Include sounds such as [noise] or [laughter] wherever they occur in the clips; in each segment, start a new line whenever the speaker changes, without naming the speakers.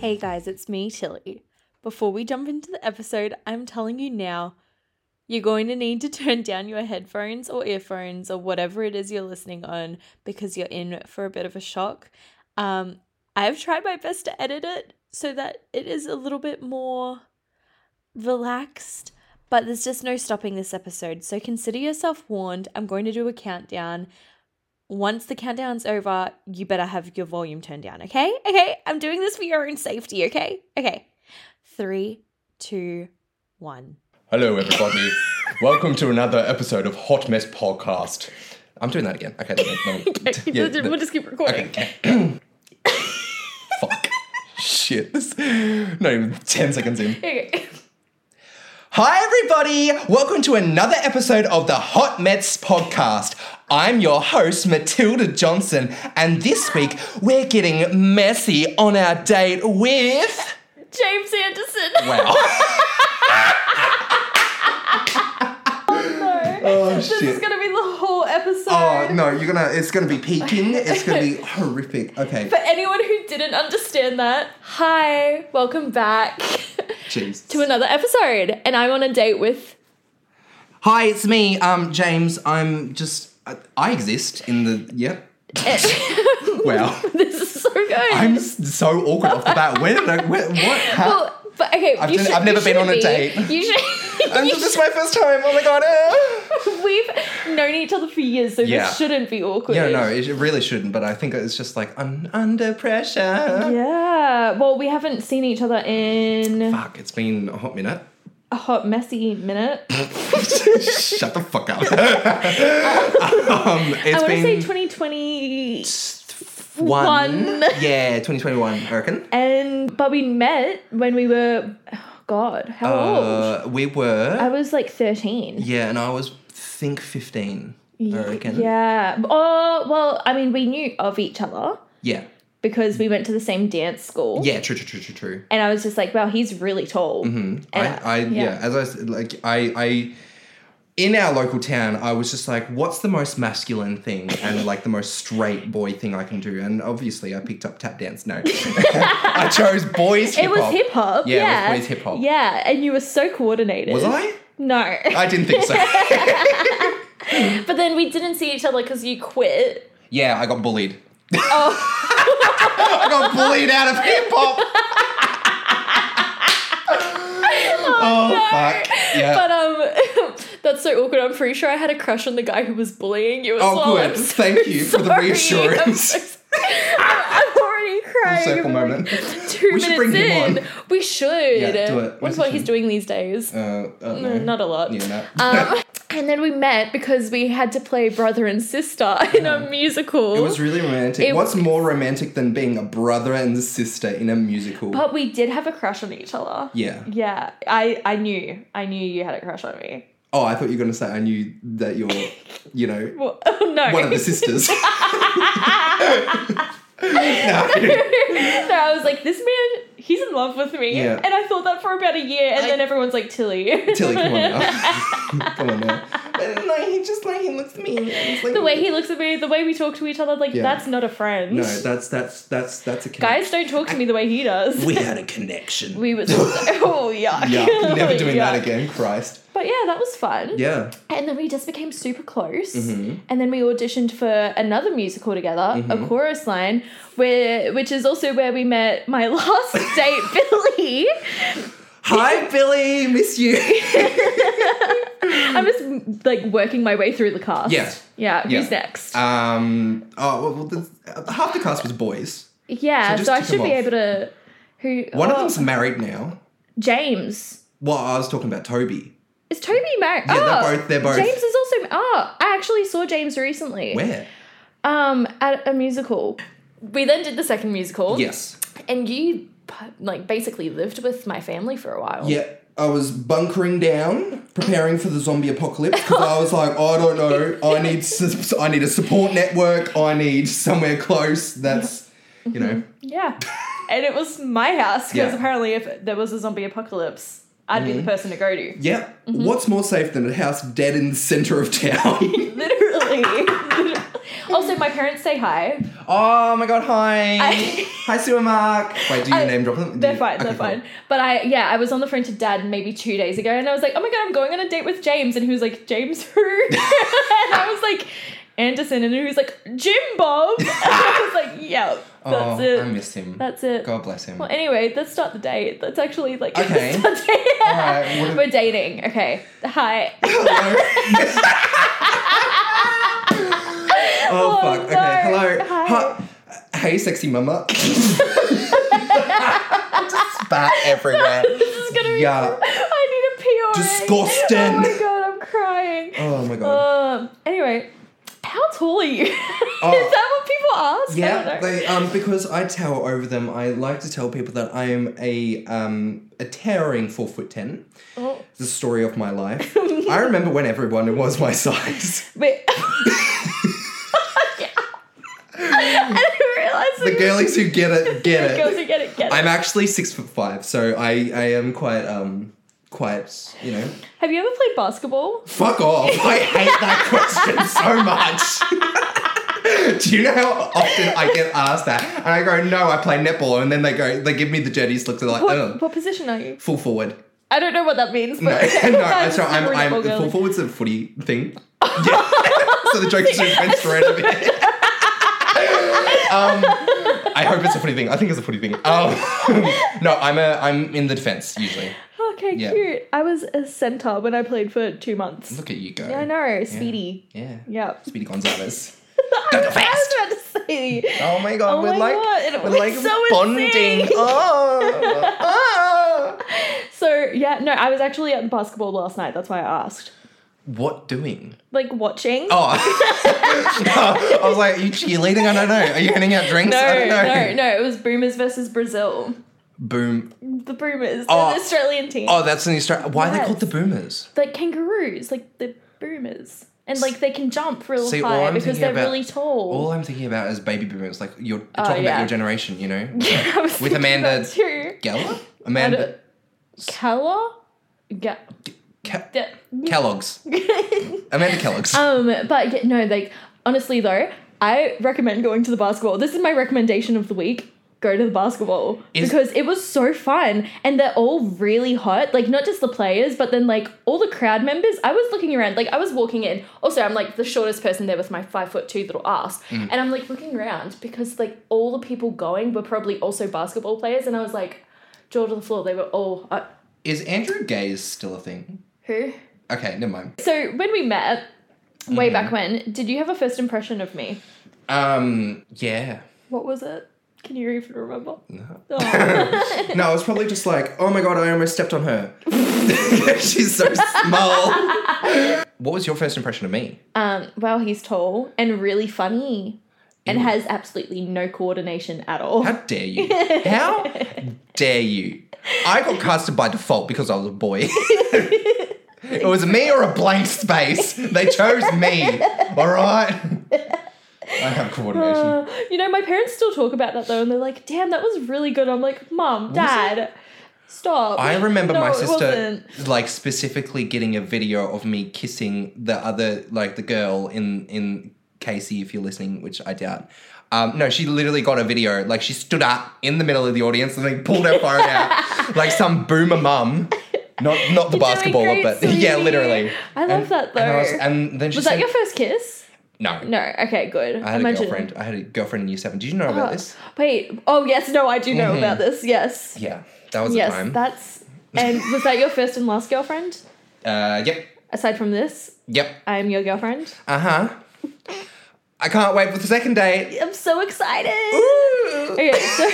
Hey guys, it's me, Tilly. Before we jump into the episode, I'm telling you now, you're going to need to [laughs] turn down your headphones or earphones or whatever it is you're listening on because you're in for a bit of a shock. Um, I've tried my best to edit it so that it is a little bit more relaxed, but there's just no stopping this episode. So consider yourself warned. I'm going to do a countdown once the countdown's over, you better have your volume turned down, okay? Okay, I'm doing this for your own safety, okay? Okay. Three, two, one.
Hello, everybody. Welcome to another episode of Hot Mess Podcast. I'm doing that again. Okay, no, no. Yeah, no.
we'll just keep recording.
fuck. Shit. This, not even 10 seconds in.
Okay. [laughs]
Hi, everybody. Welcome to another episode of the Hot Mets Podcast. I'm your host, Matilda Johnson, and this week we're getting messy on our date with.
James Anderson.
Wow. oh,
this is going to be the whole episode.
Oh no, you're gonna it's gonna be peaking. It's gonna be horrific. Okay.
For anyone who didn't understand that, hi, welcome back
Jeez.
to another episode. And I'm on a date with. [laughs]
Hi, it's me, um, James. I'm just I, I exist in the
[laughs]
yep. Wow.
this is so good.
I'm s- so awkward off the bat. Where did I where, what how
well, but okay,
I've
you
done-
should-
I've never
you
been on a
shouldn't be.
date.
You
[laughs]
should.
I'm-
you
this is my first time. Oh my god. [laughs] ah.
[laughs] We've known each other for years, so
Yeah.
this shouldn't be awkward.
Yeah, no, it really shouldn't, but I think it's just like un- under pressure.
Yeah. Well, we haven't seen each other in
Fuck, it's been a hot minute. [laughs]
a hot, messy minute.
Shut the fuck up. [laughs] um,
I
it's
want to say
been
2020,
one.
one.
Yeah, 2021, I reckon.
and but we met when we were, oh God, how old?
Uh, we were.
I was like 13.
yeah, and I was think fifteen. I reckon.
Yeah. Oh well, I mean, we knew of each other
Yeah.
because we went to the same dance school.
Yeah. True. True. True. True. True.
And I was just like, wow, he's really tall.
Mm-hmm. I,
And-
I yeah.
yeah.
As I s- like, I, I, in our local town, I was just like, what's the most masculine thing and like the most straight boy thing I can do? And obviously, I picked up tap dance. No, [laughs] I chose boys.
It was hip hop.
Yeah, it was
yeah.
always hip-hop.
Yeah, and you were so coordinated.
Was I?
No.
I didn't think so.
[laughs] but then we didn't see each other because you quit.
yeah, I got bullied.
[laughs] Oh,
I got bullied out of hip hop. oh fuck! Yeah.
but um, [laughs] that's so awkward. I'm pretty sure I had a crush on the guy who was bullying you as
Oh,
well.
good.
I'm so
Thank you for the
sorry. [laughs]
reassurance.
I'm, so sorry. [laughs] I'm- I'm already crying.
Circle
I'm like [laughs]
moment.
Two
We
minutes
should bring him
in.
on.
We should.
Yeah, do it.
What's
What's
what he's
his name?
doing these days?
Uh, uh,
No,
no.
not a lot.
Yeah, no.
[laughs] Um, and then we met because we had to play brother and sister [laughs] in a musical.
It was really romantic.
It-
What's more romantic than being a brother and sister in a musical?
But we did have a crush on each other.
yeah.
Yeah, I, I knew. I knew you had a crush on me.
Oh, I thought you were gonna say I knew that you're, you know,
Well, [laughs] oh, no.
one of
[laughs]
the sisters. [laughs] no. Yeah.
no, I was like, this man, he's in love with me.
Yeah.
And I thought that for about a year, and
I-
then everyone's like, Tilly.
Tilly, come on now. [laughs] come on now. But no, he just like he looks at me. and he's like-
[laughs] the way he looks at me, the way we talk to each other, like,
Yeah.
that's not a friend.
No, that's that's that's that's a connection.
Guys don't talk to me the way he does.
We had a connection.
[laughs] We were [laughs] oh yuck.
[laughs] yeah,
[laughs]
never doing
Yuck.
that again. Christ.
But yeah, that was fun.
Yeah.
And then we just became super close.
Mm-hmm.
And then we auditioned for another musical together, a chorus line, where which is also where we met my [laughs] last
[laughs]
date, Billy.
Hi, Billy. Miss you. [laughs]
I'm just like working my way through the cast.
Yeah.
Yeah.
Yeah.
Who's next?
um. Oh well, well the, uh, half the cast was boys. so
yeah. So,
just
I
tick
should
them
be
off.
able to. Who?
One
oh,
of them's married now.
James.
Well, I was talking about Toby.
Is Toby married?
Yeah,
oh,
they're both. They're both.
James is also. Oh, I actually saw James recently.
Where?
Um, at a musical. We then did the second musical.
Yes.
And you like basically lived with my family for a while.
Yeah. I was bunkering down, preparing for the zombie apocalypse because I was like, I don't know,
[laughs]
I need su- I need a support network, I need somewhere close. That's you know,
Yeah. Mm-hmm. And it was my house because
Yeah. Mm-hmm.
apparently, if there was a zombie apocalypse, I'd be the person to go to. [laughs]
yeah.
Mm-hmm.
What's more safe than a house dead in the center of
[laughs]
town?
Literally. [laughs] also, my parents say hi.
oh my god! [laughs] Hi,
I-
hi, Sue and Mark. Wait, do you
I-
name drop them? Do
They're
you-
fine.
Mm-hmm. okay,
They're
cool.
fine. But I, yeah, I was on the phone to dad maybe two days ago, and I was like, "Oh my god, I'm going on a date with James," and he was like, "James who?" [laughs] and I was like, "Anderson," and he was like, "Jim Bob." [laughs] and I was like, "Yeah, that's
oh,
it.
I miss him.
that's it."
God bless him.
Well, anyway, let's start the date. Let's actually like [laughs]
Okay.
start the date.
Alright, what if-
We're dating. Okay. Hi.
Hello. oh,
Oh,
fuck.
no.
Okay, hello.
Hi.
Hi. Hey, sexy mama. [laughs] Just spat everywhere.
[laughs] this is gonna be.
Yeah.
I need a pee already.
Disgusting.
Oh my god, I'm crying.
Oh my god.
Um. Anyway, how tall are you? [laughs] Is
Oh.
that what people ask? I
yeah,
don't know.
they, um, because I tower over them, I like to tell people that I am a um, a towering four foot ten.
Oh.
It's the story of
[laughs]
my life. I remember when everyone was my size.
Wait. [laughs] yeah. I didn't realize
The girlies who get it get
The
it.
girls who get it. Get it.
I'm actually six foot five, so I, I am quite um quite you know.
Have you ever played basketball?
Fuck off! I hate that question so much. [laughs] Do you know how often I get asked that? And I go, no, I play netball, and then they go, they give me the jetties look. They're like,
What,
oh,
what position are you?
full forward.
I don't know [laughs] what [laughs] that means. But
No, [laughs]
okay.
no, I'm sorry. I'm,
super
I'm
netball girly.
full forward's a footy
[laughs]
thing. Yeah. [laughs] so the joke just went straight over there. [laughs] um, I hope it's a footy thing. I think it's a footy thing. Um, [laughs] no, I'm a I'm in the defense usually.
Okay,
Yeah.
cute. I was a center when I played for two months.
Look at you go.
Yeah, I know. Speedy.
Yeah.
Yeah.
Speedy Gonzalez.
[laughs] I was
fast.
about to say.
Oh my god,
Oh
we're
my
like
God, it
we're
was
like
so
bonding.
insane. [laughs]
Oh, oh.
So yeah, no, I was actually at the basketball last night. That's why I asked.
What doing?
Like watching.
Oh, [laughs] I was like, are you cheerleading? I don't know. Are you handing out drinks?
No,
I don't know.
no, no. It was Boomers versus Brazil.
Boom.
The Boomers,
Oh.
they're the Australian team.
Oh, that's an Australian. Why are they
Yes.
called the Boomers?
Like kangaroos, like the Boomers, and like they can jump real
See, all
high
I'm
because
thinking
they're
about-
really tall.
All I'm thinking about is baby boomers. Like you're talking about
Oh. yeah.
your generation,
[laughs]
you know.
Yeah, [laughs] I was
With
thinking
Amanda-
that too.
Geller,
I
Amanda,
don't- Keller, Ga- [laughs]
Ke-
Da-
Kellogg's, Amanda Kellogg's.
um, but yeah, no, like honestly though, I recommend going to the basketball. This is my recommendation of the week. Go to the basketball
Is-
because it was so fun and they're all really hot. Like not just the players, but then like all the crowd members. I was looking around, like I was walking in. Also, I'm like the shortest person there with my five foot two little ass, and I'm like looking around because like all the people going were probably also basketball players, and I was like jaw to the floor. They were all uh,
Is Andrew Gaze still a thing?
who.
Okay, never mind.
So when we met way back when, did you have a first impression of me?
Um, yeah. [laughs]
What was it? Can you even remember?
No. [laughs]
Oh.
No, I was probably just like, oh my god, I almost stepped on her. [laughs] She's so small. what was your first impression of me?
um, well, he's tall and really funny and
Ew.
has absolutely no coordination at all.
How dare you? How dare you? I got casted by default because I was a boy. [laughs] it was me or a blank space. They chose me. All right. I have coordination.
Uh, [laughs] you know, my parents still talk about that though, and they're like, "Damn, that was really good." I'm like, "Mom, Dad, stop."
I remember
No,
my
it
sister
wasn't.
like specifically getting a video of me kissing the other like the girl in in Casey if you're listening, which I doubt. Um, no, she literally got a video. Like she stood up in the middle of the audience and like pulled her
[laughs]
phone out, like some boomer mum. Not not the
You're doing
basketballer,
great,
but [laughs]
sweetie.
yeah, literally.
I love that,
And, I was-
though.
and then she
Was
said,
that your first kiss?
no,
No. Okay. Good.
I had a girlfriend. I had a girlfriend in year seven. Did you know about
Oh.
this?
Wait. Oh yes. No, I do know about this. Yes.
Yeah, that was
yes.
the time.
That's. And was that your first and last girlfriend?
uh, yep,
Aside from this,
yep.
I am your girlfriend.
Uh huh. I can't wait for the second date.
I'm so excited.
Ooh.
Okay, so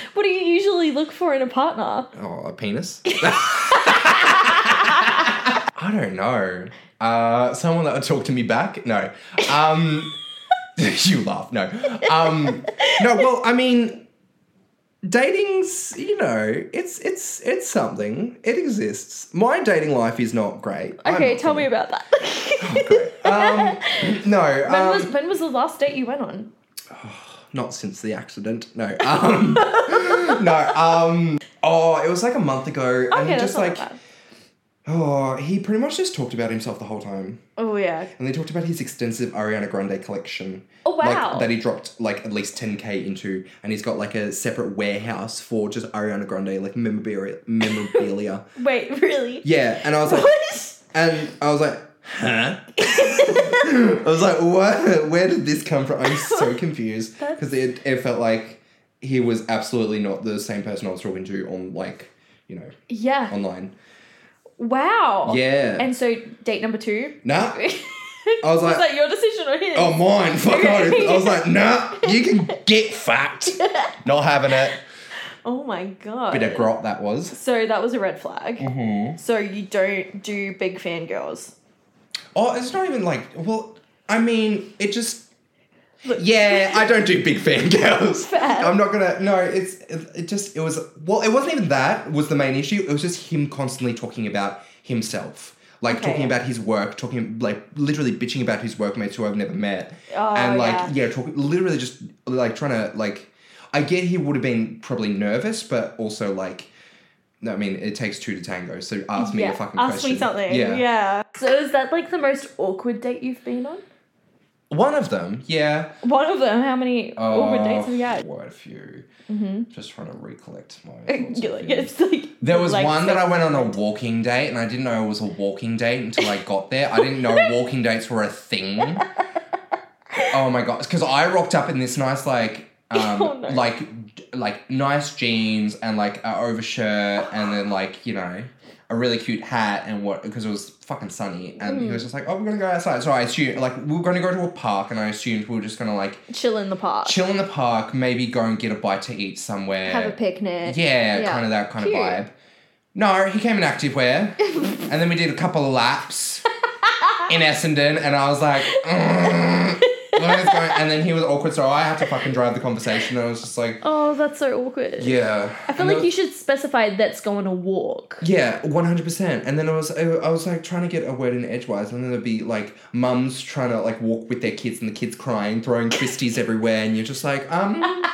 [laughs] what do you usually look for in a partner?
Oh,
[laughs]
a penis. I don't know. Uh, someone that would talk to me back. No. [laughs] Um, you laugh. No. Um, no. Well, I mean, dating's you know it's it's it's something it exists my dating life is not great I'm
Okay,
not
tell me
great.
about that. [laughs]
um, no
when,
um,
was, when was the last date you went on?
not since the accident no um, [laughs] no um oh it was like a month ago and
Okay, that's
just
not
like
that bad.
oh he pretty much just talked about himself the whole time
Oh yeah.
and they talked about his extensive Ariana Grande collection.
Oh, wow.
Like, that he dropped like at least ten k into, and he's got like a separate warehouse for just Ariana Grande like memorabilia. memorabilia. [laughs]
Wait, [laughs] really?
yeah, and I was like,
What?
and I was like, huh? [laughs] I was like, what? Where did this come from? I'm [laughs] so confused because it it felt like he was absolutely not the same person I was talking to on like you know
Yeah.
online.
Wow.
Yeah.
And so date number two. [laughs]
[laughs] nah, I
was
was like,
that your decision or his?
Oh, mine. Fuck off. I was like, nah, you can [laughs] get fucked. Not having it.
Oh my god.
Bit of grot that was.
so that was a red flag.
Mm-hmm.
So you don't do big fangirls.
Oh, it's not even like, well, I mean, it just.
Look.
Yeah, I don't do big fan girls.
[laughs] Fair.
I'm not gonna. No, it's it, it just it was well, it wasn't even that was the main issue. It was just him constantly talking about himself, like
Okay.
talking about his work, talking like literally bitching about his workmates who I've never met,
Oh,
and like
yeah.
yeah, talking literally just like trying to like. I get he would have been probably nervous, but also like. No, I mean it takes two to tango. So ask me
yeah.
a fucking
Ask
question.
me something. yeah. So is that like the most awkward date you've been on?
One of them, yeah.
One of them. How many
Uh,
awkward dates have you
yeah.
had?
Quite a few. Oh,
Mm-hmm.
Just trying to recollect
[laughs]
my. thoughts
You're like,
and feelings.
it's like
There was
like
one that I
six-
went on a walking date, and I didn't know it was a walking date until I got there. I
[laughs]
didn't know walking dates were a thing. Oh my god! Because I rocked up in this nice like.
[laughs]
Um,
Oh, no.
like d- like nice jeans and like a overshirt and then like you know a really cute hat and what because it was fucking sunny
Mm.
and he was just like oh we're gonna go outside so I assumed like we were gonna go to a park and I assumed we were just gonna like
chill in the park,
chill in the park maybe go and get a bite to eat somewhere
have a picnic.
yeah,
Yeah.
kind of that kind
Cute.
of vibe. No, he came in
[laughs]
activewear, and then we did a couple of laps in Essendon, and I was like, "Ugh, what is going-" and then he was awkward, so I had to fucking drive the conversation. And I was just like,
Oh, that's so awkward.
yeah.
I feel like you should specify that's going to walk.
Yeah, one hundred percent. And then I was, I I was like trying to get a word in edgewise, and then there'd be like mums trying to like walk with their kids, and the kids crying, throwing twisties everywhere, and you're just like,
[laughs]
um,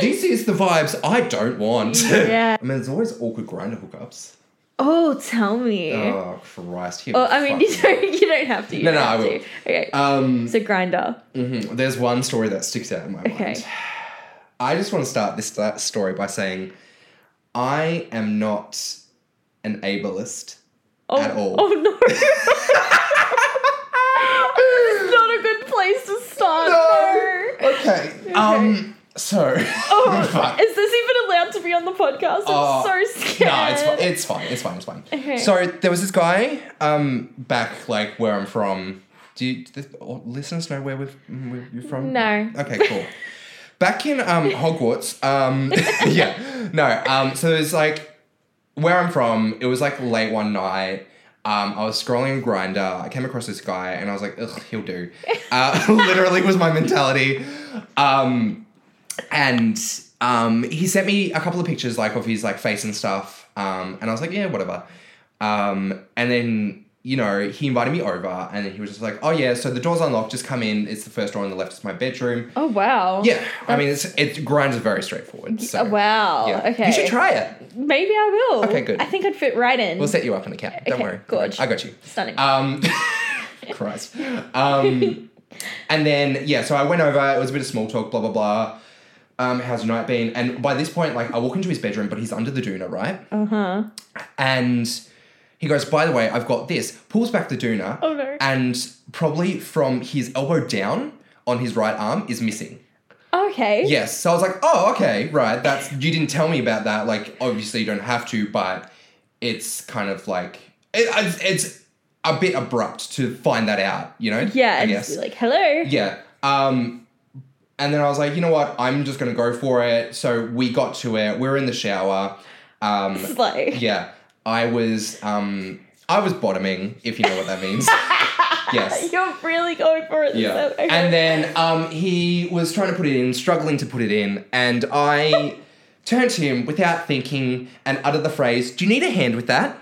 this is the vibes I don't want. [laughs]
Yeah.
I mean, there's always awkward grinder hookups.
Oh, tell me.
Oh Christ! Here
oh,
we
I mean, you [laughs]
fucking-
don't, you don't have to. You
No,
don't
no,
have
I will.
To. Okay.
um,
so grinder.
mhm, there's one story that sticks out in my mind.
Okay.
I just want to start this st- story by saying, I am not an
[laughs]
ableist. [laughs]
Oh,
At all.
oh no. [laughs] it's not a good place to start. No. [laughs]
Okay. Um. So. [laughs]
Oh,
Fuck.
is this even allowed to be on the podcast? I'm
Oh,
so scared.
No, it's, fi- it's fine. It's fine. It's fine.
Okay.
So there was this guy um back like where I'm from. Do, you, do the all listeners know where, we've, where you're from?
No.
Okay, cool. back in um Hogwarts. Um, [laughs] yeah. No. Um. So there's like where I'm from. It was like late one night. Um, I was scrolling Grinder. I came across this guy, and I was like, "Ugh, he'll do." Uh, [laughs] literally was my mentality. Um, and um, he sent me a couple of pictures like of his like face and stuff um, and i was like yeah whatever um, and then you know he invited me over and then he was just like oh yeah so the door's unlocked just come in it's the first door on the left it's my bedroom
oh wow.
yeah i mean it's it grinds is very straightforward so
Oh, wow.
yeah.
Okay.
you should try it
Maybe I will.
Okay, good.
I think I'd fit right in.
we'll set you up in a cab don't
Okay,
worry
gorge.
i got you
Stunning. [laughs]
um, Christ. Um, and then yeah, so I went over. It was a bit of small talk, blah blah blah. Um, how's your night been? And by this point, like I walk into his bedroom, but he's under the doona, right?
uh huh.
And he goes, "By the way, I've got this." Pulls back the doona,
Oh, no.
and probably from his elbow down on his right arm is missing.
Okay.
Yes. So I was like, oh, okay, right. That's you didn't tell me about that. Like, obviously, you don't have to, but it's kind of like it, it's- it's a bit abrupt to find that out. You know?
Yeah.
I
And
guess.
just be like, hello.
yeah. Um, and then I was like, you know what? I'm just gonna go for it. So we got to it. We are in the shower. Um,
It's like,
yeah. I was um, I was bottoming, if you know what
[laughs]
that means. yes.
you're really going for it.
Yeah.
So- okay.
And then um, he was trying to put it in, struggling to put it in, and I [laughs] turned to him without thinking and uttered the phrase, Do you need a hand with that?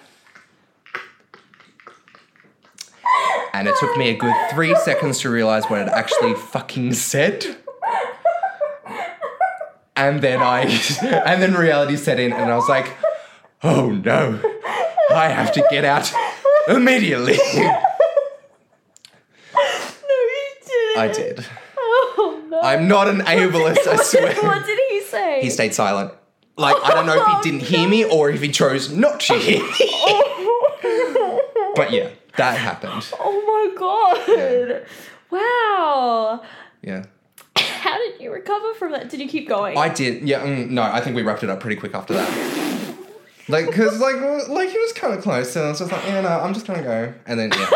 And it took me a good three seconds to realize what it actually fucking said. And then I, [laughs] and then reality set in, and I was like, Oh no, I have to get out immediately. [laughs]
No, you didn't.
I did.
Oh no.
I'm not an ableist, I swear.
[laughs] What did he say?
He stayed silent. Like, I don't know if he didn't hear me or if he chose not to hear me. But yeah, that happened. [laughs]
oh my god. Wow.
Yeah.
How did you recover from that? Did you keep going?
I did. Yeah, mm, no, I think we wrapped it up pretty quick after that. Like, because, like, w- like, he was kind of close, and I was just like, yeah, no, I'm just gonna go. And then, yeah.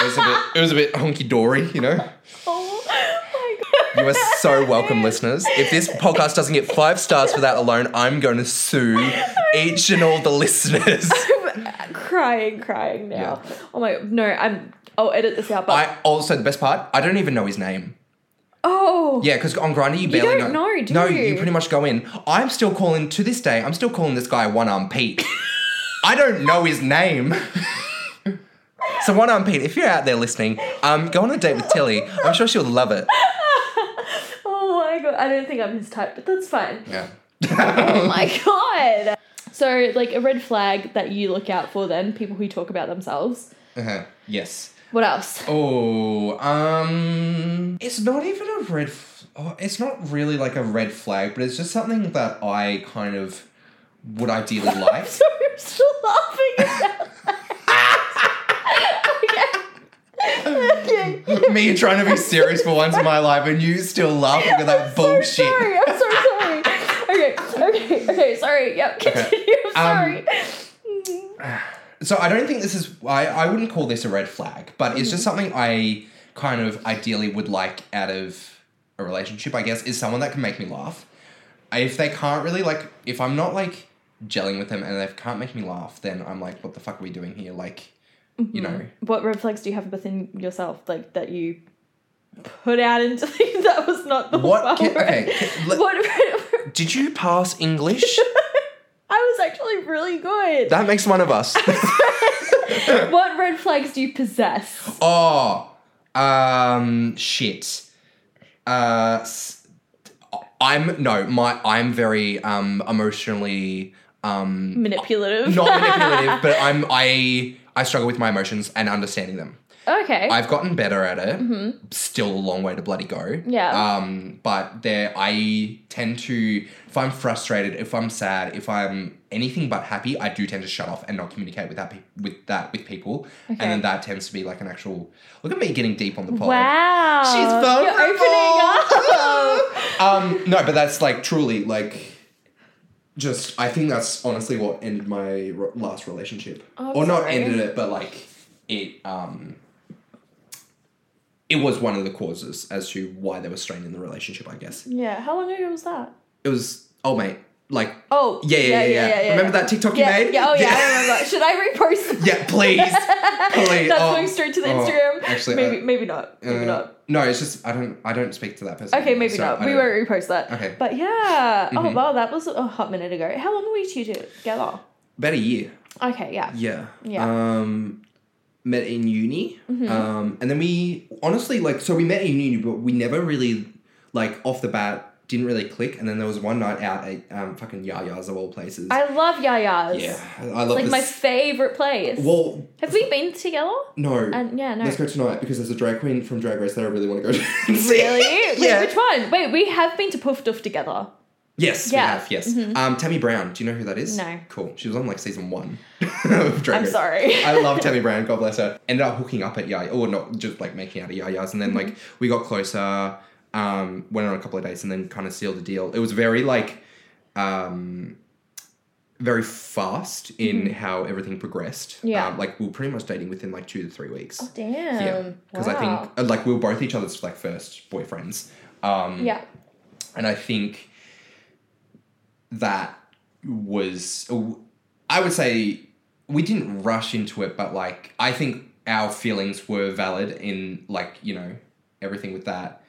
It was a bit, it was a bit honky-dory, you know?
oh [laughs] my god.
You are so welcome, listeners. If this podcast doesn't get five stars for that alone, I'm going to sue each and all the listeners.
[laughs] I'm crying, crying now. Oh my god. No, I'm. I'll edit this out, but.
I also the best part, I don't even know his name.
oh.
Yeah, because on Grinder you barely
don't know, do
no,
you?
you pretty much go in. I'm still calling to this day. I'm still calling this guy One Arm Pete. I don't know his name. [laughs] so One Arm Pete, if you're out there listening, um, go on a date with Tilly. I'm sure she'll love it.
Oh my god. I don't think I'm his type, but that's fine.
[laughs] Yeah.
Oh
[laughs]
my god. So, like a red flag that you look out for, then people who talk about themselves.
Uh-huh. Yes.
What [laughs] else?
Oh, um, it's not even a red. F- oh, it's not really like a red flag, but it's just something that I kind of would ideally like.
So I'm still laughing at that. okay. Okay.
[laughs] Me trying to be serious for once in my life, and you still laughing
[laughs]
at that bullshit.
Sorry, I'm so sorry. Okay, okay, okay, sorry. Yep, continue. I'm sorry.
So I don't think this is. I I wouldn't call this a red flag, but it's just
Mm-hmm.
something I kind of ideally would like out of a relationship. I guess is someone that can make me laugh. I- If they can't really like, if I'm not like gelling with them and they can't make me laugh, then I'm like, what the fuck are we doing here? Like,
Mm-hmm. [laughs]
you know.
what red flags do you have within yourself, like that you put out into the, [laughs] that was not the
What
one
can-
word.
okay, can- let-
[laughs] what red-
Did you pass English?
I was actually really good.
that makes one of us.
[laughs] what red flags do you possess?
Oh, um, shit. Uh, s- I'm no, my I'm very um emotionally um
Manipulative.
not manipulative, but I'm I I struggle with my emotions and understanding them.
[laughs] okay. Mm-hmm.
I've gotten better at it. Still a long way to bloody go.
Yeah.
Um, but there, I tend to, if I'm frustrated, if I'm sad, if I'm anything but happy, I do tend to shut off and not communicate with that pe- with that with people, and
Okay.
then that tends to be like an actual. Look at me getting deep on the pod.
wow.
She's
You're opening up. [laughs]
vulnerable. um, [laughs] no, but that's like truly like. Just, I think that's honestly what ended my r- last relationship,
Oh, I'm
or not
sorry.
ended it, but like it. Um, it was one of the causes as to why there was strain in the relationship. I guess
yeah. How long ago was that?
it was. Oh mate, like [laughs]
Oh.
yeah, yeah, yeah, yeah. Remember that TikTok
yeah,
you made?
Yeah, oh yeah, I remember. Should I
[laughs]
repost?
yeah,
[laughs]
please, please.
That's
oh,
going straight to the
oh,
Instagram.
actually,
maybe,
I-
maybe not. Maybe
uh,
not.
No, it's just I don't. I don't speak to that person.
Okay, maybe
so
not.
I
We
don't-
won't repost that.
Okay. Mm-hmm.
But yeah. Oh wow, that was a hot minute ago. How long were we two together?
About a year.
Okay, yeah.
Yeah.
Yeah. Mm-hmm.
Um, met in uni. Um, and then we honestly like so we met in uni, but we never really like off the bat didn't really click. And then there was one night out at um fucking Yaya's of all places.
I love Yaya's.
yeah, I I love
Like
this.
my favorite place.
well,
Have we been together?
no.
And yeah, no.
Let's go tonight because there's a drag queen from Drag Race that I really want to [laughs] go to. See.
[laughs] Really? Wait,
yeah.
which one? Wait, we have been to Puff Duff together.
Yes,
Yeah. Mm-hmm.
we have. Yes. Um, Tammy Brown. Do you know who that is?
No.
Cool. She was on like season one. [laughs] of Drag
I'm
Race.
sorry.
I love Tammy Brown. God bless her. Ended up hooking up at Yaya, or not just like making out at Yaya's, and then like
Mm-hmm.
we got closer. Um, went on a couple of dates, and then kind of sealed the deal. It was very like, um, very fast in how everything progressed.
Mm-hmm. Yeah.
Um, like we were pretty much dating within like two to three weeks.
[laughs] Damn.
yeah. Because I
Wow.
think uh, like we were both each other's like first boyfriends. Um,
Yeah.
and I think that was, I would say, we didn't rush into it, but like, I think our feelings were
Mm.
valid in, like, you know, everything with that.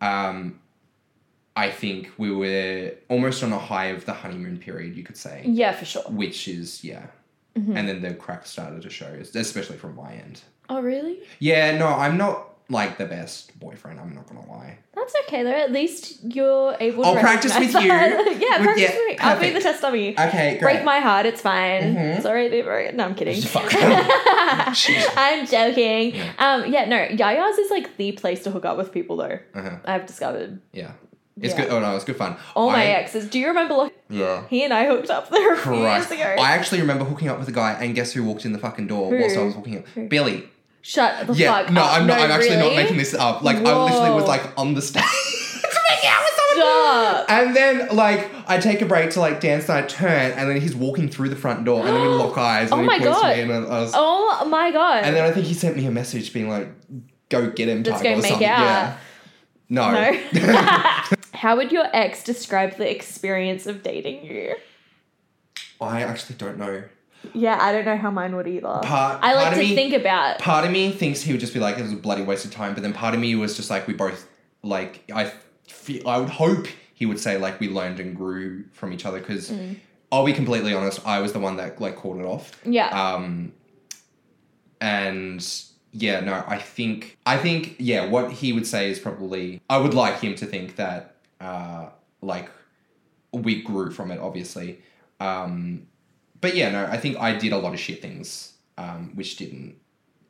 Um, I think we were almost on a high of the honeymoon period, you could say,
Yeah, for sure.
which is, yeah.
Mm-hmm.
And then the crack started to show, especially from my end.
Oh, really?
Yeah, no, I'm not like the best boyfriend, I'm not gonna lie.
That's okay though. At least you're able to
I'll practice
recognize
with you.
that. [laughs] yeah,
With-
practice
yeah,
with me. I'll be
perfect.
the test dummy.
Okay, great.
Break my heart, it's fine.
Mhm.
Sorry, they broke it. No, I'm kidding. [laughs]
Fuck. Jeez.
I'm joking.
Yeah.
Um, yeah, no, Yaya's is like the place to hook up with people though.
uh-huh.
I've discovered.
Yeah. It's
Yeah.
good. Oh no, it's good fun.
All my
I-
exes. Do you remember like,
Yeah.
he and I hooked up [laughs] there a few
Christ.
years ago?
I actually remember hooking up with a guy, and guess who walked in the fucking door
Who?
whilst I was hooking up?
Who?
Billy.
Shut the
Yeah.
fuck
no,
up.
I'm not. I'm actually
really?
not making this up. Like I literally was
Whoa.
like on the
[laughs]
stage. to make out with
Stop.
someone. [laughs] And then, like, I take a break to like dance, and I turn, and then he's walking through the front door, and
[gasps]
then we lock eyes, and
Oh
he
my
points to
God.
me, and I I was,
Oh my god.
and then I think he sent me a message being like, "Go get him,
Let's
Tiger,"
go
or
make
something.
out.
Yeah. No.
No. [laughs] How would your ex describe the experience of dating you?
[laughs] I actually don't
[laughs]
know.
Yeah, I don't know how mine would either.
Part-
I
part
like
of
to
me-
think about.
part of me thinks he would just be like, it was a bloody waste of time. But then part of me was just like, we both, like, I feel, I would hope he would say, like, we learned and grew from each other. Because I'll be completely honest, I was the one that, like, called it off.
Yeah.
Um, and yeah, no, I think, I think, yeah, what he would say is probably, I would like him to think that, uh, like, we grew from it, obviously. Um, but yeah, no, I think I did a lot of shit things, um, which didn't,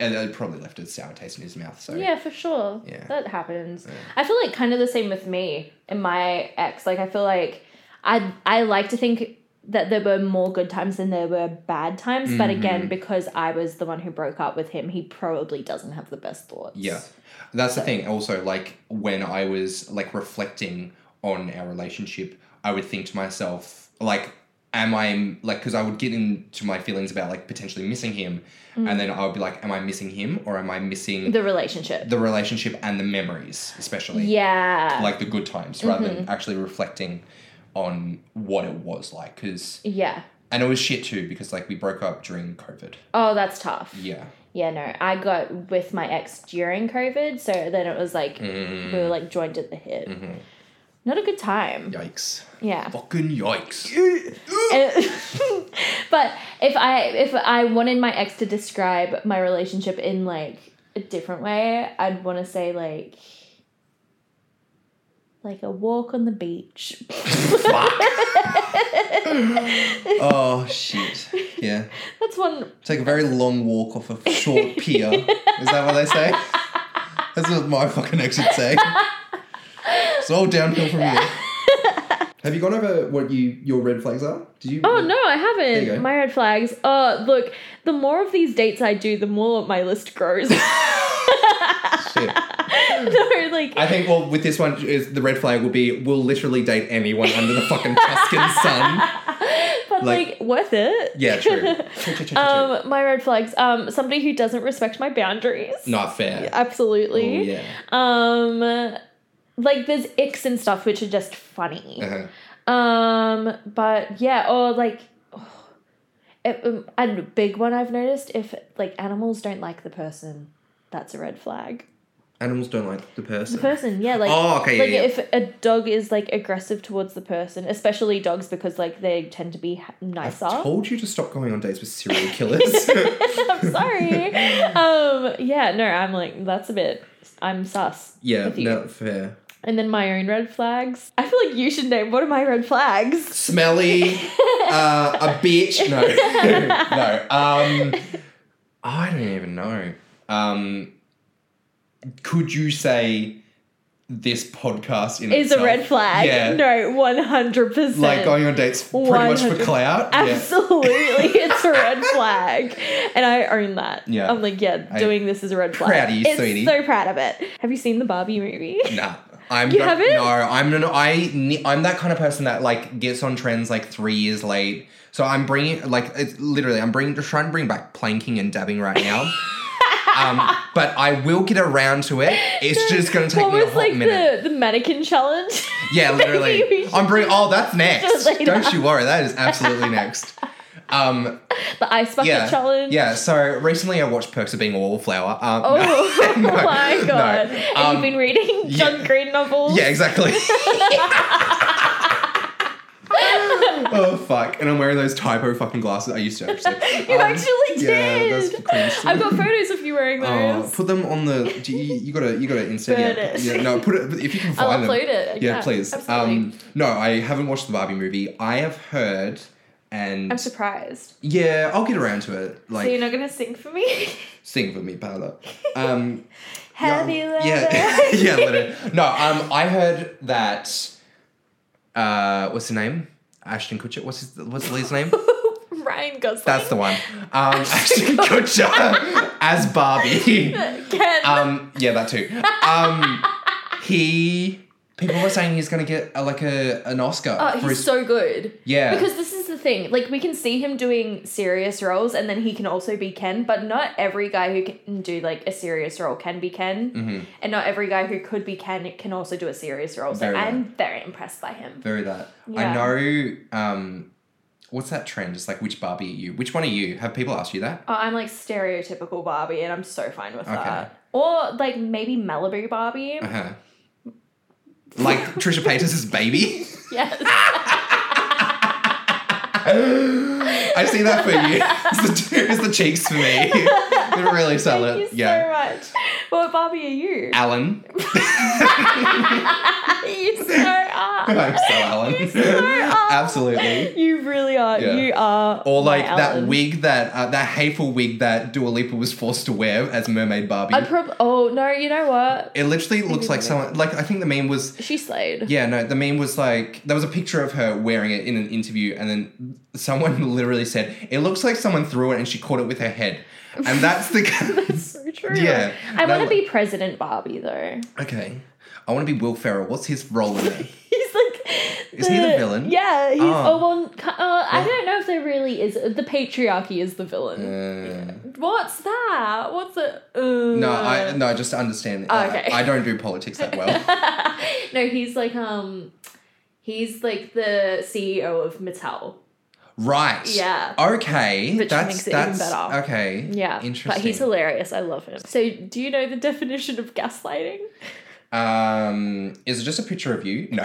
and it probably left a sour taste in his mouth. So
yeah, for sure.
Yeah.
That happens.
Yeah.
I feel like kind of the same with me and my ex. Like I feel like I I like to think that there were more good times than there were bad times, but again,
Mm-hmm.
because I was the one who broke up with him, he probably doesn't have the best thoughts.
Yeah. that's the thing. Also, like when I was like reflecting on our relationship, I would think to myself, like, am I like because I would get into my feelings about like potentially missing him, and then I would be like, am I missing him or am I missing
Mm. The relationship.
the relationship and the memories, especially?
yeah. Mm-hmm.
like the good times rather than actually reflecting on what it was like because
yeah.
and it was shit too because like we broke up during covid
Oh, that's tough.
yeah
yeah, no, I got with my ex during COVID, so then it was like we
Mm-hmm.
were like joined at the hip. Not a good time.
yikes [laughs]
Yeah. [laughs]
fucking yikes
And- but if I if I wanted my ex to describe my relationship in like a different way, I'd want to say like like a walk on the beach. [laughs]
[laughs] oh shit yeah
That's one
take a very long walk off a short pier is that what they say that's what my fucking ex would say it's all downhill from here have you gone over what you your red flags are did you
Oh no, I haven't.
you go.
My red flags. Oh, look, the more of these dates I do, the more my list grows. [laughs]
Shit. Hmm.
no, like
I think well with this one is the red flag will be we'll literally date anyone under the fucking Tuscan sun.
[laughs] but
like-
like, worth it.
Yeah,
[laughs]
true. True, true, true, true, true.
um, my red flags. Um, somebody who doesn't respect my boundaries.
Not fair. Oh,
Absolutely.
yeah.
Um like there's icks and stuff which are just funny.
Uh-huh.
Um, but yeah, or like, oh, it, um, and a big one I've noticed if like animals don't like the person, that's a red flag.
Animals don't like the person.
The person, yeah, like.
Oh, okay, yeah,
Like
yeah.
if a dog is like aggressive towards the person, especially dogs because like they tend to be ha- nicer.
I told you to stop going on dates with serial killers.
[laughs]
[laughs]
I'm sorry. um, yeah, no, I'm like that's a bit. I'm sus.
yeah,
With you.
not fair.
And then my own red flags. I feel like you should name what are my red flags.
Smelly, uh, a bitch. No, [laughs] no. Um, I don't even know. Um, could you say this podcast in
Is a
itself-
red flag.
Yeah.
No, one hundred percent.
like going on dates pretty much for
100
clout. Yeah.
Absolutely,
[laughs]
it's a red flag, and I own that.
Yeah.
I'm like, yeah,
I-
doing this is a red flag.
Proud of you,
it's
sweetie.
So proud of it. Have you seen the Barbie movie?
Nah. I'm
You
not-
haven't?
No, I'm not. I ne- I'm that kind of person that like gets on trends like three years late. So I'm bringing like it's literally I'm bringing just trying to bring back planking and dabbing right now.
[laughs]
um, but I will get around to it. It's just going to take
what
me a
was
hot
like
minute.
the the mannequin challenge? [laughs]
yeah,
Maybe we
literally. Um,
should [laughs]
I'm bringing.
do
Oh, that's next.
later.
Don't you worry. That is absolutely next. Um,
the ice bucket
yeah,
challenge.
yeah. So recently, I watched Perks of Being a Wallflower. Um,
Oh
[laughs]
[laughs]
no,
my
no.
god. and
Um,
you've been reading John
yeah.
Green novels.
Yeah,
[laughs]
exactly. [laughs] oh fuck! And I'm wearing those typo fucking glasses. I used to actually.
[laughs] You
Um,
actually
Yeah,
did.
that's cringe.
I've got photos of you wearing
Oh,
those.
put them on the. do You, you gotta, you gotta Instagram.
Burn
yeah,
it.
yeah, no, put it if you can
I'll
find them.
upload it.
Yeah, please.
Absolutely.
Um, no, I haven't watched the Barbie movie. I have heard, and
I'm surprised.
yeah, I'll get around to it. Like,
so you're not gonna sing for
[laughs]
me?
sing for me, Paola. Um,
Heavy
yeah,
leather.
Yeah, [laughs] yeah, leather. No, um, I heard that. Uh, what's the name? Ashton Kutcher. What's his, what's the
[laughs]
lead's name?
[laughs] Ryan Gosling.
That's the one. Um, Ashton
[laughs]
Kutcher as Barbie.
Ken.
Um, yeah, that too. Um, he. People were saying he's gonna get a, like a an Oscar.
Oh,
for
he's
his-
so good.
yeah.
Because this is the thing. Like, we can see him doing serious roles, and then he can also be Ken, but not every guy who can do, like, a serious role can be Ken.
Mm-hmm.
And not every guy who could be Ken can also do a serious role. So
Very
I'm very impressed by him.
Very that.
Yeah.
I know. Um, what's that trend? It's like which Barbie are you? Which one are you? Have people asked you that?
Oh, I'm, like, stereotypical Barbie, and I'm so fine with
Okay.
that. Or, like, maybe Malibu
[laughs]
Barbie.
Uh huh. Like Trisha Paytas' baby. [laughs]
yes.
I see that for you. It's the, it's the cheeks for me. [laughs] They really sell
Thank you
it. Yeah.
so much. What Barbie are you?
Alan.
[laughs]
[laughs]
you so are.
I'm [laughs] so Alan. [laughs]
so are.
Absolutely.
You really are.
Yeah.
You are.
Or like
Oh. my
that
Ellen.
wig that uh, that hateful wig that Dua Lipa was forced to wear as Mermaid Barbie.
I'd probably. Oh no! You know what?
it literally looks like someone like I think the meme was
She slayed.
Yeah, no, the meme was like there was a picture of her wearing it in an interview, and then someone [laughs] literally said it looks like someone threw it and she caught it with her head, and that's
[laughs]
the
[laughs] That's so true.
Yeah.
I
No,
want to
like-
be President Barbie though. [laughs]
okay. I want to be Will Ferrell. What's his role in it?
He's like.
Isn't he the villain?
Yeah. He's.
Oh.
Oh, well. ki- Uh, I don't know if there really is. uh, The patriarchy is the villain.
Uh,
What's that? What's it? Uh,
no, I no, just to understand.
Oh,
uh,
okay.
I don't do politics that well.
[laughs] no, he's like um. He's like the CEO of Mattel.
Right.
Yeah.
Okay.
Which
that's
makes it even
that's
better.
okay.
Yeah.
Interesting.
But he's hilarious. I love him. So, do you know the definition of
[laughs]
gaslighting? [laughs]
Um, is it just a picture of you?
[laughs]
No.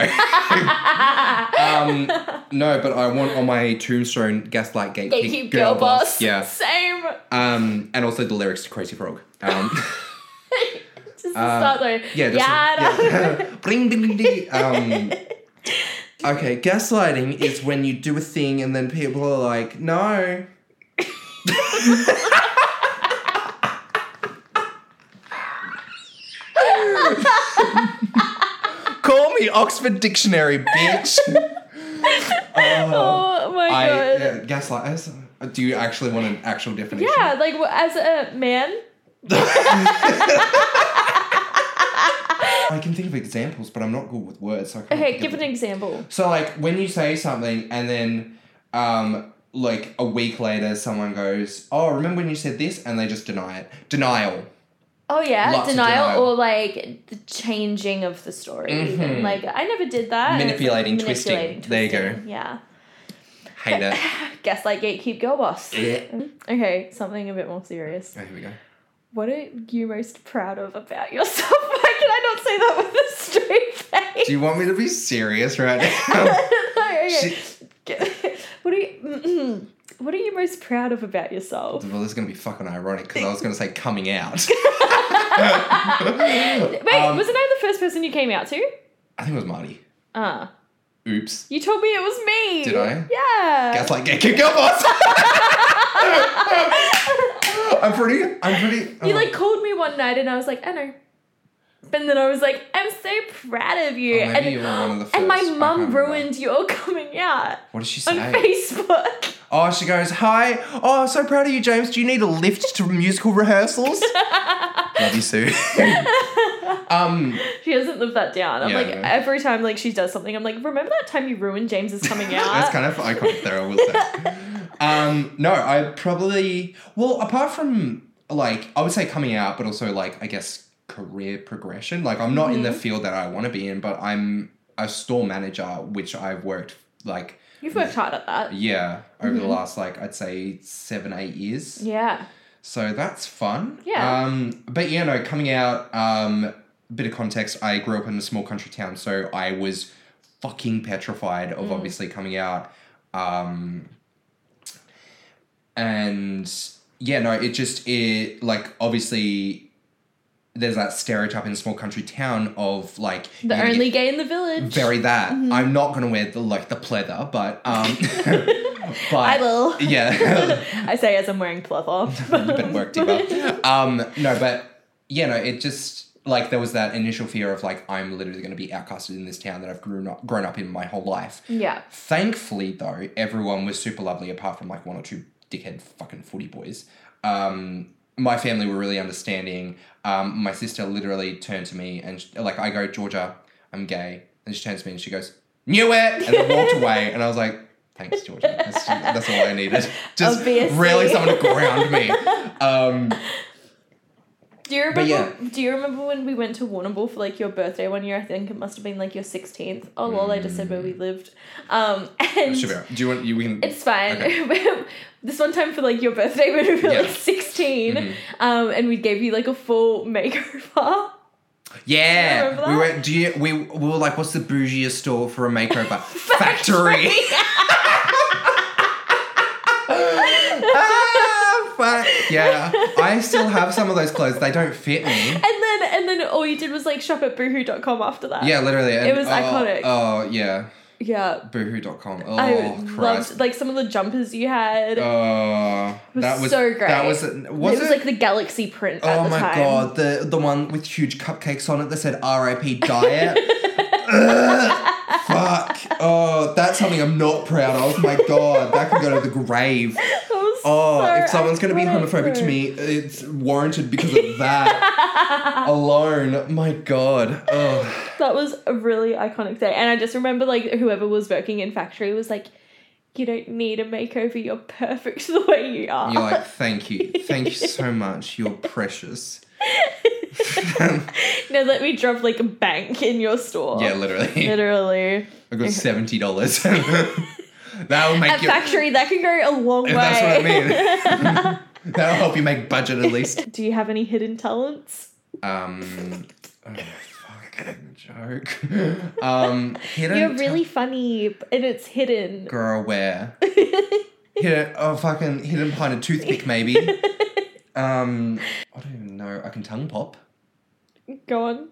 um, no, but I want on my tombstone gaslight gatekeep,
Gatekeep girl, boss.
Yeah.
Same.
Um, and also the lyrics to Crazy Frog.
[laughs]
Um,
Just to start though.
yeah.
[laughs]
Just, yeah. [laughs] Bling, bling, bling, bling. Um, okay, gaslighting is when you do a thing and then people are
[laughs]
like, no. Call me Oxford Dictionary,
[laughs]
bitch. oh,
Oh my
I
god.
yeah, gaslight. as- Do you actually want an actual definition?
yeah, like w- as a man.
I can think of examples, but I'm not good with words. So I can't
Okay,
think
give
of
an example.
So like when you say something and then um like a week later someone goes, "Oh, remember when you said this?" and they just deny it. Denial.
Oh yeah,
Lots of
denial,
denial.
or like the changing of the story. even.
Mhm.
Like I never did that. And it's like
Manipulating, twisting. There you go.
twisting, Yeah. [laughs]
Hate it.
Gaslight gatekeep girl boss. Mm-hmm.
Yeah.
Okay, something a bit more serious.
Oh, here we go.
What are you most proud of about yourself? [laughs] Why can I not say that with a straight face?
Do you want me to be serious right now? [laughs]
No, okay. [laughs] what are you? mm-hmm. what are you most proud of about
[laughs]
yourself?
well, this is gonna be fucking ironic because I was gonna say coming out.
Wait,
Um,
wasn't I the first person you came out to?
I think it was Marty.
Ah,
Oops.
you told me it was me.
Did I?
Yeah.
That's like get kicked off us. [laughs] I'm pretty. I'm pretty. oh.
you like called me one night, and I was like, I know. And then I was like, I'm so proud of you.
Oh, maybe
and
you were one of the
and my
first. I
mum
can't remember.
ruined your [laughs] coming out
What did she
on
say?
Facebook. [laughs]
Oh, she goes, Hi. Oh, I'm so proud of you, James. Do you need a lift to musical rehearsals? Love you, Sue. um,
She doesn't live that down. I'm
Yeah,
like
no.
every time like she does something, I'm like, remember that time you ruined James's coming out?
[laughs] that's kind of iconic there, I will say. Um, no, I probably, well, apart from like, I would say coming out, but also like, I guess career progression. Like, I'm not in the field that I want to be in, but I'm a store manager, which I've worked like
You've worked hard at that.
Yeah, over the last like I'd say seven eight years.
Yeah.
So that's fun.
Yeah.
Um, but you know, coming out, um, bit of context, I grew up in a small country town, so I was fucking petrified
Mm.
of obviously coming out. Um, and yeah, no, it just it like obviously there's that stereotype in small country town of like
The
you get-
only Mm-hmm. gay in the village.
very that. I'm not gonna wear the like the pleather, but
[laughs]
um [laughs] but
I will.
[laughs]
[laughs]
Yeah.
I say as I'm wearing
[laughs]
pleather.
You've
[laughs]
been worked deeper. Um, no, but you know, it just like there was that initial fear of like I'm literally going to be outcasted in this town that I've grown up grown up in my whole life.
yeah.
Thankfully, though, everyone was super lovely apart from like one or two dickhead fucking footy boys. Um, my family were really understanding. Um, my sister literally turned to me and sh like I go, Georgia, I'm gay, and she turns to me and she goes, knew it, and I walked away, and I was like. Thanks, Georgia. That's, that's all I needed. Just
Obviously.
really someone to ground me. Um,
Do you remember?
yeah.
Do you remember when we went to Warrnambool for like your birthday one year? I think it must have been like your sixteenth. Oh lol! I just said where we lived. Um, [laughs] and
Mm. should be all right. Do you want you we can?
it's fine. [laughs] this one time for like your birthday when we were
Yeah. Mm-hmm.
like 16 um, and we gave you like a full makeover. [laughs]
Yeah,
Remember
we
that?
went. Do you? We, we were like, what's the bougiest store for
[laughs]
a makeover? Factory. ah, fuck. Yeah, I still have some of those clothes. They don't fit me.
And then and then all you did was like shop at boohoo.com after that.
Yeah, literally. and-
was
oh,
iconic.
Oh yeah,
Yeah.
boohoo.com. Oh
I
Christ.
loved like some of the jumpers you had.
Oh, that was
so great.
That was was
it was like the galaxy print at
Oh
the
my
time.
god, the the one with huge cupcakes on it that said
[laughs]
RIP diet. Ugh, fuck. Oh, that's something I'm not proud of. My god, that could go to the
[laughs]
grave.
[laughs] That was
Oh,
so
if someone's going to be
iconic,
homophobic to
though.
me, it's warranted because of that
[laughs]
alone. My god. Oh.
That was a really iconic day. And I just remember like whoever was working in factory was like, You don't need a makeover, you're perfect [laughs] the way you are. [laughs]
You're like, thank you. Thank you so much. You're precious.
now let me drop like a bank in your store.
Yeah, literally.
Literally.
I got $70. [laughs] That'll make
At
you.
factory, that can go a long way.
If [laughs] that's what I mean. That'll help you make budget at
[laughs]
least.
Do you have any hidden talents? [laughs]
Um, oh, fucking joke. [laughs] Um, hidden
You're really funny and it's hidden.
ta- [laughs] girl where
[laughs]
hidden oh fucking hidden behind a toothpick maybe. Um, I don't even know. I can tongue pop.
Go on.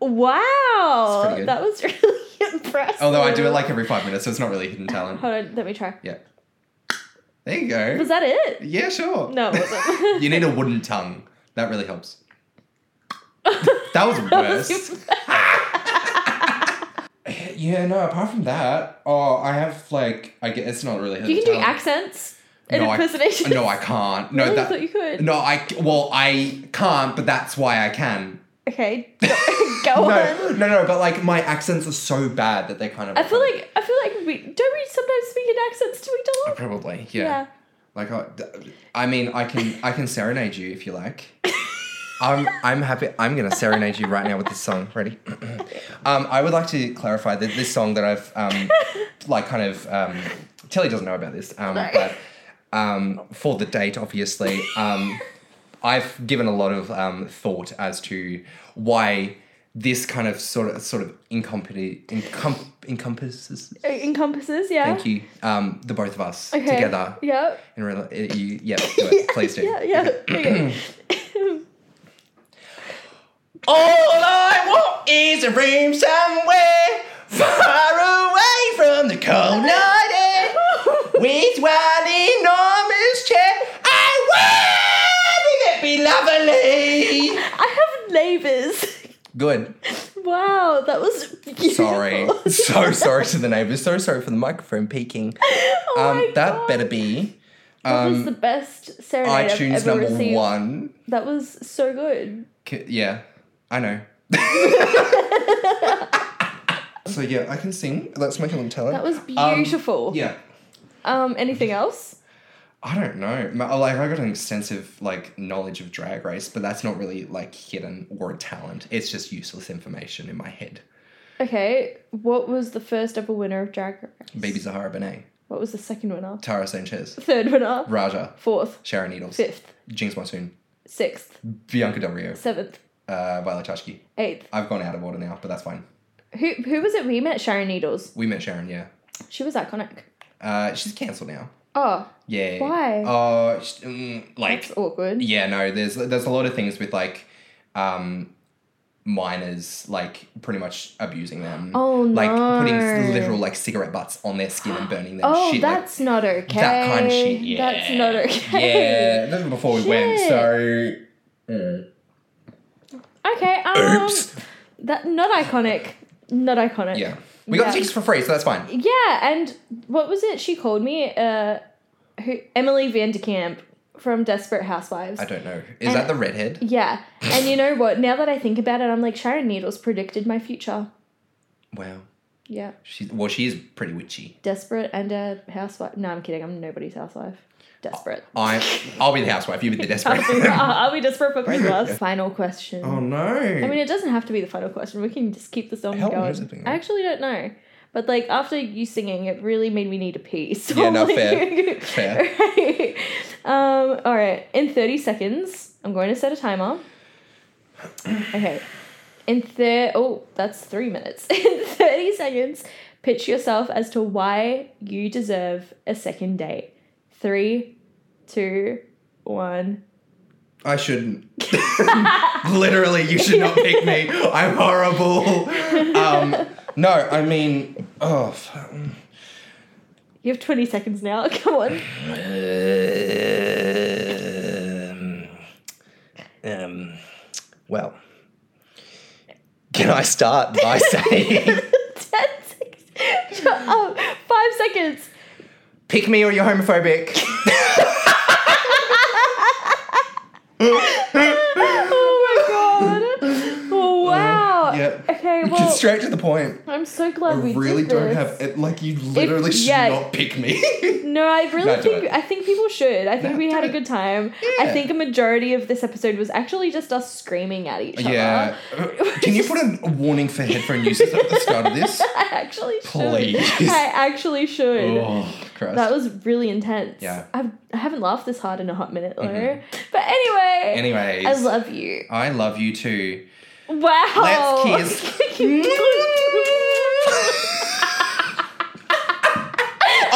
Wow.
pretty good.
That was [laughs] really impressive.
Although I do it like every five minutes, so it's not really
[laughs]
hidden talent.
Hold on, let me try.
Yeah. There you go.
Was that it?
Yeah, sure.
No, it
[laughs]
wasn't.
you need a wooden tongue. That really helps. That
[laughs]
was
That was
worse.
your-
[laughs] Yeah, no. Apart from that, oh, I have like I guess it's not
[laughs]
really.
You
hidden
can do
talent.
accents and
no,
impersonations.
I, Uh, no,
[laughs]
I can't. No,
Really? I
that.
thought you could.
No, I well, I can't, but that's why I can.
Okay, go, [laughs] go on.
No, no, no, but like my accents are so bad that they're kind of.
I feel like I feel like we don't we sometimes speak in accents to each other.
probably yeah. Like I, I mean, I can I can serenade you if you like. I'm I'm happy. I'm gonna serenade you right now with this song. Ready? [clears throat] um, I would like to clarify that this song that I've um, like kind of um, Tilly doesn't know about this, um,
Sorry.
but um, for the date, obviously, um, I've given a lot of um, thought as to why this kind of sort of sort of incompetent encom- encompasses.
It encompasses. Uh, Yeah.
Thank you, um, the both of us
Okay.
together.
Yep.
In real, eh, you,
[laughs]
yeah, do it. please do.
Yeah.
[clears throat]
Yeah. Okay.
All I want is a room somewhere far away from the cold night air with one enormous chair. I want it be lovely.
[laughs] I have neighbors. [laughs]
Good.
Wow, that was beautiful. [laughs]
Sorry. so sorry to the neighbors. So sorry for the microphone peaking.
oh
Um,
my
that
God.
better be um,
That was the best serenade
iTunes
I've ever
number
received.
one.
That was so good.
K- Yeah,
[laughs]
I know. so yeah, I can sing. That's my little talent.
That was beautiful.
Um, Yeah,
Um, anything else?
I don't know. My- Like I got an extensive like knowledge of Drag Race, but that's not really like hidden or a talent. It's just useless information in my head.
Okay, what was the first ever winner of Drag Race?
Baby Zahara Benet,
What was the second winner?
Tara Sanchez,
Third winner?
Raja,
Fourth?
Sharon Needles,
Fifth?
Jinx Monsoon,
Sixth?
Bianca Del Rio,
Seventh?
uh, Violet Chachki.
Eighth?
I've gone out of order now, but that's fine.
Who who was it we met? Sharon Needles.
We met Sharon, yeah.
She was iconic.
Uh, she's cancelled now.
Oh,
Yeah.
Why?
Oh, sh- mm, like
that's awkward.
yeah, no. There's there's a lot of things with like, um, minors like pretty much abusing them.
Oh,
Like putting
no.
s- literal like cigarette butts on their skin and burning them.
[gasps] Oh,
shit, like,
that's not okay.
that kind of shit. Yeah.
That's not okay.
Yeah, this was before we went.
Shit. Oh,
So. mm.
Okay. Um,
Oops.
That not iconic. Not iconic.
Yeah. We got
Yeah.
the tickets for free, so that's fine.
Yeah, and what was it she called me? Uh, who Emily Van de Camp from Desperate Housewives.
I don't know. Is
And-
that the redhead?
yeah, and you know what? Now that I think about it, I'm like Sharon Needles predicted my future.
Wow.
Yeah,
She's well, she is pretty witchy.
desperate and a housewife. No, I'm kidding. I'm nobody's housewife.
[laughs]
Desperate.
I I'll be the housewife, you be
[laughs]
the desperate. [laughs]
Are we desperate for both of us? Final question.
oh no.
I mean, it doesn't have to be the final question. We can just keep this on
How long
going.
is it been
I actually don't know. But like after you singing, it really made me need a pee. So
Yeah,
[laughs]
no,
like-
fair. Fair.
Right. Um, all right. In thirty seconds, I'm going to set a timer. Okay. In thir oh, that's three minutes. [laughs] In thirty seconds, pitch yourself as to why you deserve a second date. Three, two, one.
I shouldn't. [laughs] Literally, you should not pick me. I'm horrible. Um, no, I mean, oh, fuck.
You have twenty seconds now. [laughs] Come on.
Um, um, well, can I start
[laughs]
by saying,
Ten seconds. Shut up. Five seconds.
pick me or you're homophobic?
Oh my god. Wow.
Uh, yeah.
Okay, [laughs] well,
Just straight to the point.
I'm so
I
glad we
really
did
don't
this.
have it. Like you literally should
yeah.
not pick me.
No, I really
No, do
think
it.
I think people should. I think
No,
we
do
had a
it.
good time. I
Yeah.
think a majority of this episode was actually just us screaming at each
[laughs] yeah.
other. Uh-huh.
Can you put a warning for headphone users at the start of this?
[laughs] I actually should.
Please.
I actually should.
Oh, Christ.
That was really intense.
Yeah. Mm-hmm.
I've, I haven't laughed this hard in a hot minute, though. But anyway,
Anyways,
I love you.
I love you
[laughs]
too.
Wow.
Let's
[laughs]
Hmm?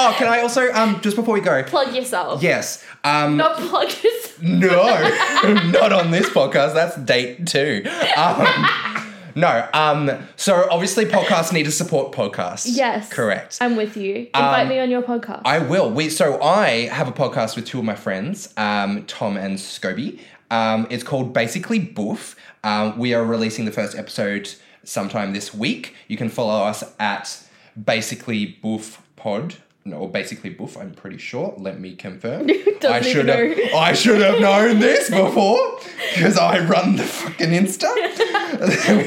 Oh, can I also um just before we go?
plug yourself.
Yes. Um
Not plug yourself.
no. [laughs] not on this podcast. That's date 2. Um No, um so obviously podcasts need to support podcasts.
Yes.
Correct.
I'm with you. Invite
Um,
me on your podcast.
I will. We so I have a podcast with two of my friends, um, Tom and Scobie. Um, it's called Basically Boof. Um, we are releasing the first episode sometime this week. You can follow us at Basically Boof Pod. No, or basically boof. I'm pretty sure. Let me confirm.
[laughs] Doesn't
I should
even
have.
know.
I should have known this before because I run the fucking Insta,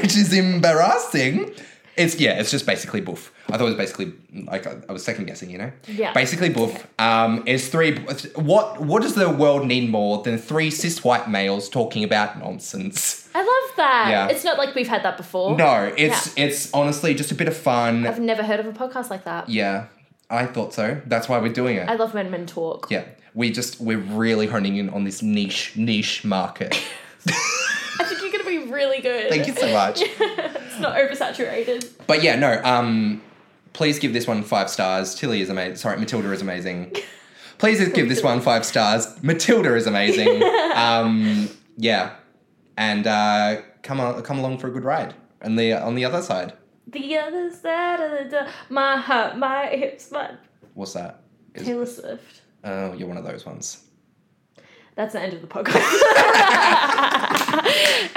[laughs] which is embarrassing. It's yeah. It's just basically boof. I thought it was basically like I, I was second guessing. You know.
Yeah.
Basically boof. Um, is three. What What does the world need more than three cis white males talking about nonsense?
I love that.
Yeah.
It's not like we've had that before.
No, it's it's honestly just a bit of fun.
I've never heard of a podcast like that.
yeah, I thought so. That's why we're doing it.
I love when men talk.
yeah, we just we're really honing in on this niche niche market. [laughs]
I think you're going to be really good.
Thank you so much.
[laughs] it's not oversaturated.
But yeah, no. Um, please give this one five stars. Tilly is amazing. Sorry, Matilda is amazing. Please give this one five stars. Matilda is amazing. Um, yeah, and uh, come on, come along for a good ride. And the on the other side,
The other side of the door. My heart, my hips, my.
what's that? Is-
Taylor Swift.
Oh, you're one of those ones.
That's the end of the
[laughs]
podcast.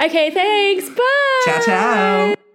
[laughs] okay, thanks. Bye.
Ciao, ciao.